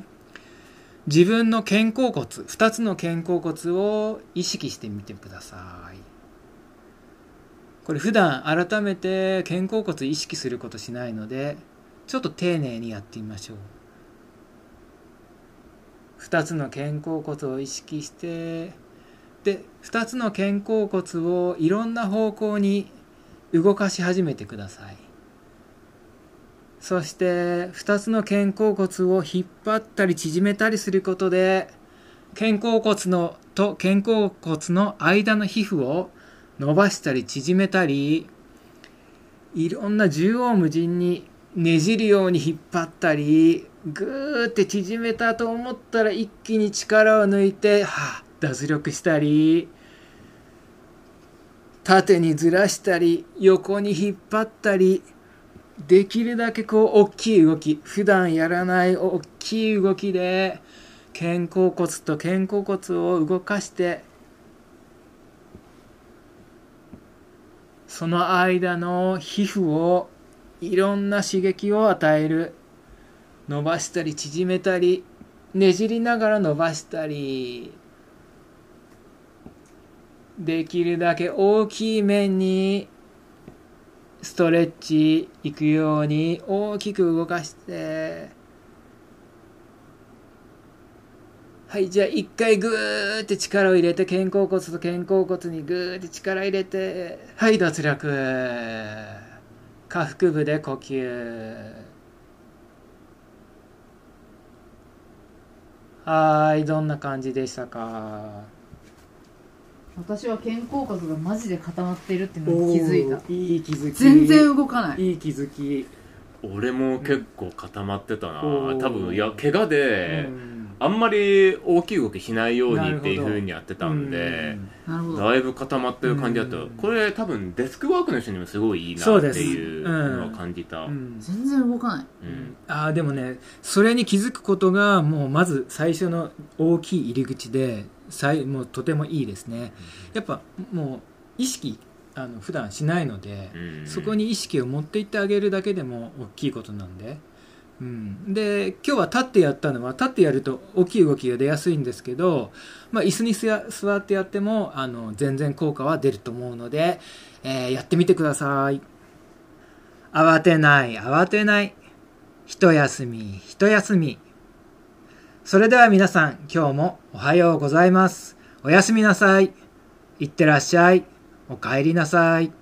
自分の肩甲骨2つの肩甲骨を意識してみてくださいこれ普段改めて肩甲骨意識することしないのでちょっと丁寧にやってみましょう2つの肩甲骨を意識してで2つの肩甲骨をいろんな方向に動かし始めてくださいそして2つの肩甲骨を引っ張ったり縮めたりすることで肩甲骨のと肩甲骨の間の皮膚を伸ばしたり縮めたりいろんな縦横無尽にねじるように引っ張ったりぐーって縮めたと思ったら一気に力を抜いてはあ脱力したり縦にずらしたり横に引っ張ったりできるだけこう大きい動き普段やらない大きい動きで肩甲骨と肩甲骨を動かしてその間の皮膚をいろんな刺激を与える伸ばしたり縮めたりねじりながら伸ばしたりできるだけ大きい面にストレッチいくように大きく動かしてはいじゃあ一回グーって力を入れて肩甲骨と肩甲骨にグーって力入れてはい脱力下腹部で呼吸はーいどんな感じでしたか私は肩甲骨がマジで固まっているっていい気づき動かないいい気づき俺も結構固まってたなおー多分いや怪我で、うんあんまり大きい動きしないようなるにほっどていうふうにやってたんで、なるほだいぶ固まってる感じだった、うんこれ多分デスクワークの人にもすごいいいそなうっでてすいうのは感じた、うんうん全然動かないうんあーでもねそれに気づくことがもうまず最初の大きい入り口で最もうとてもいいですねやっぱもう意識あの普段しないので、うんそこに意識を持っていってあげるだけでも大きいことなんで、うん、で今日は立ってやったのは立ってやると大きい動きが出やすいんですけど、まあ、椅子にすや座ってやってもあの全然効果は出ると思うので、えーやってみてください慌てない慌てない一休み一休みそれでは皆さん今日もおはようございますおやすみなさいいってらっしゃいおかえりなさい